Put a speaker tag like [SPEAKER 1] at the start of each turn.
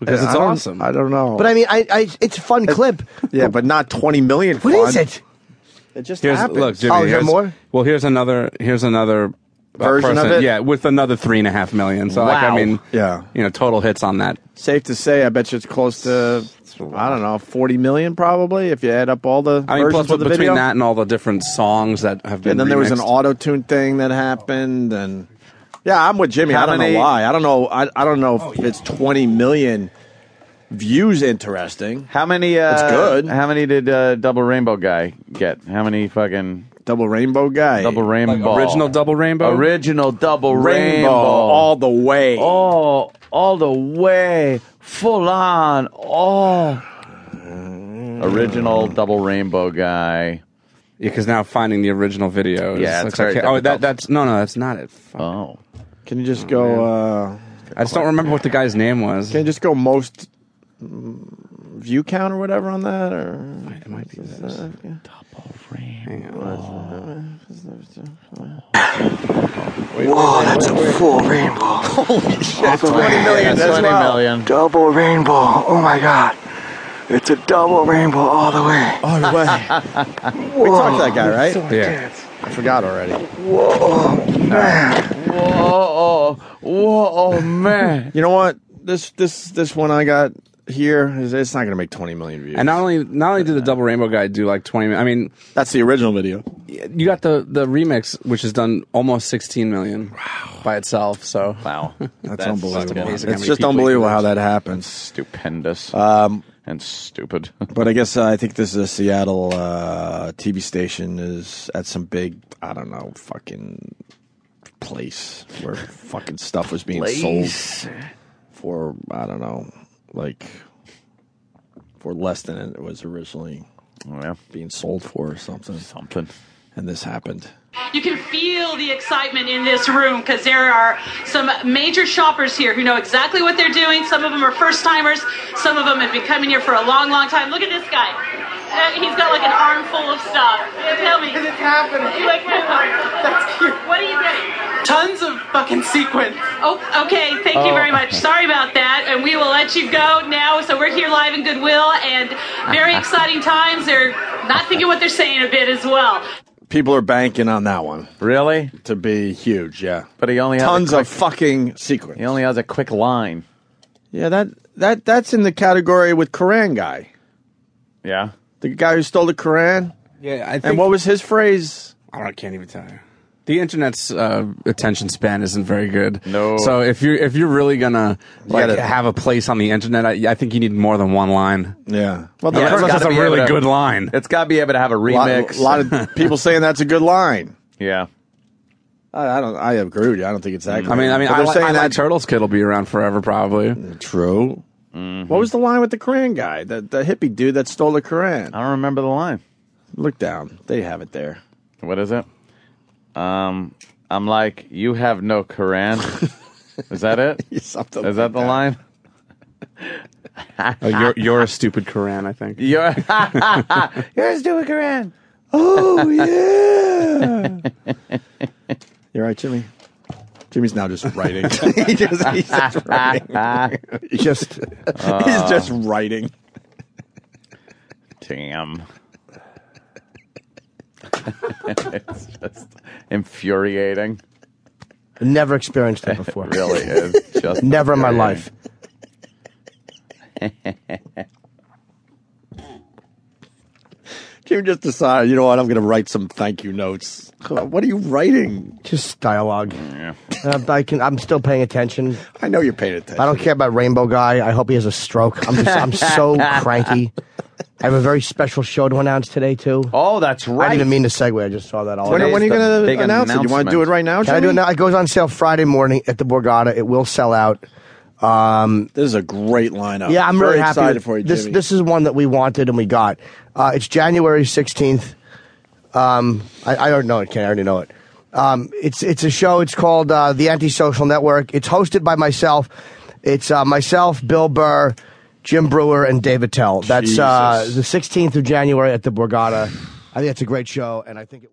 [SPEAKER 1] because it's
[SPEAKER 2] I don't-
[SPEAKER 1] awesome.
[SPEAKER 2] I don't know.
[SPEAKER 3] But I mean, I, I it's a fun clip.
[SPEAKER 2] yeah, but not 20 million.
[SPEAKER 3] What
[SPEAKER 2] Fuad.
[SPEAKER 3] is it?
[SPEAKER 2] It just
[SPEAKER 1] Here's
[SPEAKER 2] happens.
[SPEAKER 1] look, Jimmy.
[SPEAKER 3] Oh, is there
[SPEAKER 1] here's-
[SPEAKER 3] more?
[SPEAKER 1] Well, here's another. Here's another uh,
[SPEAKER 2] Version of
[SPEAKER 1] person,
[SPEAKER 2] it?
[SPEAKER 1] Yeah, with another three and a half million. So, like, I
[SPEAKER 3] Wow.
[SPEAKER 1] mean,
[SPEAKER 2] Yeah.
[SPEAKER 1] you know, total hits on that.
[SPEAKER 2] Safe to say, I bet you it's close to I don't know, 40 million probably if you add up all the
[SPEAKER 1] I mean,
[SPEAKER 2] versions
[SPEAKER 1] plus
[SPEAKER 2] of the
[SPEAKER 1] between
[SPEAKER 2] video.
[SPEAKER 1] that and all the different songs that have been.
[SPEAKER 2] and then there was an
[SPEAKER 1] remixed.
[SPEAKER 2] auto tune thing that happened, and yeah, I'm with Jimmy.
[SPEAKER 1] How
[SPEAKER 2] I don't
[SPEAKER 1] many-
[SPEAKER 2] know why. I don't know. I, I don't know
[SPEAKER 3] Oh,
[SPEAKER 2] if it's 20 million views. Interesting.
[SPEAKER 4] How many? Uh,
[SPEAKER 2] good.
[SPEAKER 4] How many did uh, Double Rainbow Guy get? How many fucking
[SPEAKER 2] Double rainbow guy.
[SPEAKER 4] Double
[SPEAKER 1] Like,
[SPEAKER 4] Rainbow?
[SPEAKER 1] original double rainbow.
[SPEAKER 4] Original Double
[SPEAKER 2] rainbow
[SPEAKER 4] Rainbow.
[SPEAKER 2] all the way.
[SPEAKER 1] Oh.
[SPEAKER 4] all, all the way, full on, all. Original Double Rainbow Guy.
[SPEAKER 1] because now finding the original video. Is,
[SPEAKER 4] Yeah, it's
[SPEAKER 1] like,
[SPEAKER 4] very
[SPEAKER 1] okay- oh, that
[SPEAKER 4] difficult.
[SPEAKER 1] that's no, no, that's not it. Fuck.
[SPEAKER 4] Oh.
[SPEAKER 2] Can you just
[SPEAKER 1] Oh,
[SPEAKER 2] go? uh
[SPEAKER 1] I just don't remember what the guy's name was.
[SPEAKER 2] Can you just go most mm, view count or whatever on that? Or
[SPEAKER 1] It might be this. Hang on.
[SPEAKER 5] Whoa, Oh, that's a full rainbow. Holy shit.
[SPEAKER 4] That's 20 million.
[SPEAKER 5] Double rainbow. Oh my god. It's a double rainbow all the way.
[SPEAKER 2] oh no way!
[SPEAKER 5] Whoa.
[SPEAKER 2] we talked to that guy, right?
[SPEAKER 1] Yeah.
[SPEAKER 2] I forgot already.
[SPEAKER 4] Whoa, whoa, oh, man.
[SPEAKER 2] You know what? This this this one I got here is it's not gonna make 20 million views.
[SPEAKER 1] And not only not only did the double rainbow guy do like twenty. mi- I mean,
[SPEAKER 2] that's the original video.
[SPEAKER 1] you got the the remix, which has done almost sixteen million by itself. So
[SPEAKER 4] Wow. That's,
[SPEAKER 1] unbelievable.
[SPEAKER 4] fucking
[SPEAKER 1] How
[SPEAKER 2] It's
[SPEAKER 1] many
[SPEAKER 2] just
[SPEAKER 1] people you
[SPEAKER 2] unbelievable
[SPEAKER 1] can
[SPEAKER 2] how
[SPEAKER 1] watch.
[SPEAKER 2] that happens.
[SPEAKER 4] Stupendous
[SPEAKER 2] Um,
[SPEAKER 4] and stupid.
[SPEAKER 2] but I guess uh, I think this is a Seattle uh, TV station is at some big I don't know fucking place where fucking stuff was being sold for I don't know like for less than it was originally
[SPEAKER 4] well,
[SPEAKER 2] being sold for or something,
[SPEAKER 4] something.
[SPEAKER 2] and this happened.
[SPEAKER 6] You can feel the excitement in this room because there are some major shoppers here who know exactly what they're doing. Some of them are first timers, some of them have been coming here for a long, long time. Look at this guy. Uh, he's got like an armful of stuff. Tell me. It's happening. Like, That's cute. What are you getting?
[SPEAKER 7] Tons of fucking sequins.
[SPEAKER 6] Oh, okay. Thank you very much. Sorry about that. And we will let you go now. So we're here live in Goodwill and very exciting times. They're not thinking what they're saying a bit as well.
[SPEAKER 2] People are banking on that one
[SPEAKER 4] Really?
[SPEAKER 2] to be huge. Yeah,
[SPEAKER 4] But he only has
[SPEAKER 2] tons
[SPEAKER 4] a quick,
[SPEAKER 2] of fucking secrets.
[SPEAKER 4] He only has a quick line.
[SPEAKER 2] Yeah, that that that's in the category with Koran guy,
[SPEAKER 4] Yeah.
[SPEAKER 2] the guy who stole the Koran.
[SPEAKER 1] Yeah, I think.
[SPEAKER 2] And what was his phrase?
[SPEAKER 1] I, don't, I can't even tell you. The internet's uh, attention span isn't very good.
[SPEAKER 4] No.
[SPEAKER 1] So if you're if you're really gonna like
[SPEAKER 2] gotta-
[SPEAKER 1] have a place on the internet, I, I think you need more than one line.
[SPEAKER 2] Yeah. Well,
[SPEAKER 1] Yeah,
[SPEAKER 4] it's
[SPEAKER 1] unless
[SPEAKER 4] gotta
[SPEAKER 1] it's a
[SPEAKER 4] be able
[SPEAKER 1] really
[SPEAKER 4] to-
[SPEAKER 1] good line.
[SPEAKER 4] It's got to be able to have
[SPEAKER 2] a
[SPEAKER 4] a
[SPEAKER 2] lot,
[SPEAKER 4] remix.
[SPEAKER 2] lot of people saying that's a good line.
[SPEAKER 4] yeah.
[SPEAKER 2] I, I don't. I agree with you. I don't think it's that. Good.
[SPEAKER 1] I mean, Mm-hmm. I mean,
[SPEAKER 2] But
[SPEAKER 1] I,
[SPEAKER 2] they're
[SPEAKER 1] li-
[SPEAKER 2] saying
[SPEAKER 1] I like
[SPEAKER 2] that's
[SPEAKER 1] Turtles Kid will be around forever, probably.
[SPEAKER 2] true.
[SPEAKER 1] Mm-hmm.
[SPEAKER 2] What was the line with the Koran guy, the the hippie dude that stole the Koran?
[SPEAKER 4] I don't remember the line.
[SPEAKER 2] Look down. They have it there.
[SPEAKER 4] What is it? Um, I'm like, you have no Koran. is that it? Is
[SPEAKER 2] Something.
[SPEAKER 4] that the line?
[SPEAKER 1] Uh, you're, you're a stupid Koran, I think.
[SPEAKER 4] You're, yours do a Koran.
[SPEAKER 2] Oh yeah. You're right, Jimmy. Jimmy's now just writing. he just, he's just writing. He just,
[SPEAKER 1] Uh.
[SPEAKER 2] he's just writing.
[SPEAKER 4] Damn. it's just infuriating.
[SPEAKER 3] Never experienced it before.
[SPEAKER 4] It really is. Just
[SPEAKER 3] Never in my
[SPEAKER 4] infuriating.
[SPEAKER 3] life.
[SPEAKER 2] Jimmy just decided, you know what? I'm going to write some thank you notes. What are you writing?
[SPEAKER 3] Just dialogue. Uh, I can. I'm still paying attention.
[SPEAKER 2] I know you're paying attention.
[SPEAKER 3] I don't care about Rainbow Guy. I hope he has a stroke. I'm just. I'm so cranky. I have a very special show to announce today too.
[SPEAKER 4] Oh, that's
[SPEAKER 3] I
[SPEAKER 4] right.
[SPEAKER 3] didn't even mean to segue. I just saw that all.
[SPEAKER 2] When,
[SPEAKER 4] Today's
[SPEAKER 2] when are you
[SPEAKER 4] the
[SPEAKER 2] going
[SPEAKER 4] big
[SPEAKER 2] to announce it? You want to do it
[SPEAKER 4] announcement.
[SPEAKER 2] right now?
[SPEAKER 3] Can I do it
[SPEAKER 2] Jimmy?
[SPEAKER 3] now? It goes on sale Friday morning at the Borgata. It will sell out.
[SPEAKER 2] This is a great lineup.
[SPEAKER 3] Yeah, I'm
[SPEAKER 2] Very
[SPEAKER 3] really happy.
[SPEAKER 2] excited
[SPEAKER 3] with-
[SPEAKER 2] for you,
[SPEAKER 3] this
[SPEAKER 2] Jimmy.
[SPEAKER 3] this is one that we wanted and we got. Uh, it's January 16th. Um, I, I don't know it. Can I already know it? Um, it's it's a show. It's called uh, the Antisocial Network. It's hosted by myself. It's uh, myself, Bill Burr, Jim Brewer, and David Tell. That's uh,
[SPEAKER 2] Jesus.
[SPEAKER 3] the 16th of January at the Borgata. I think that's a great show, and I think. It-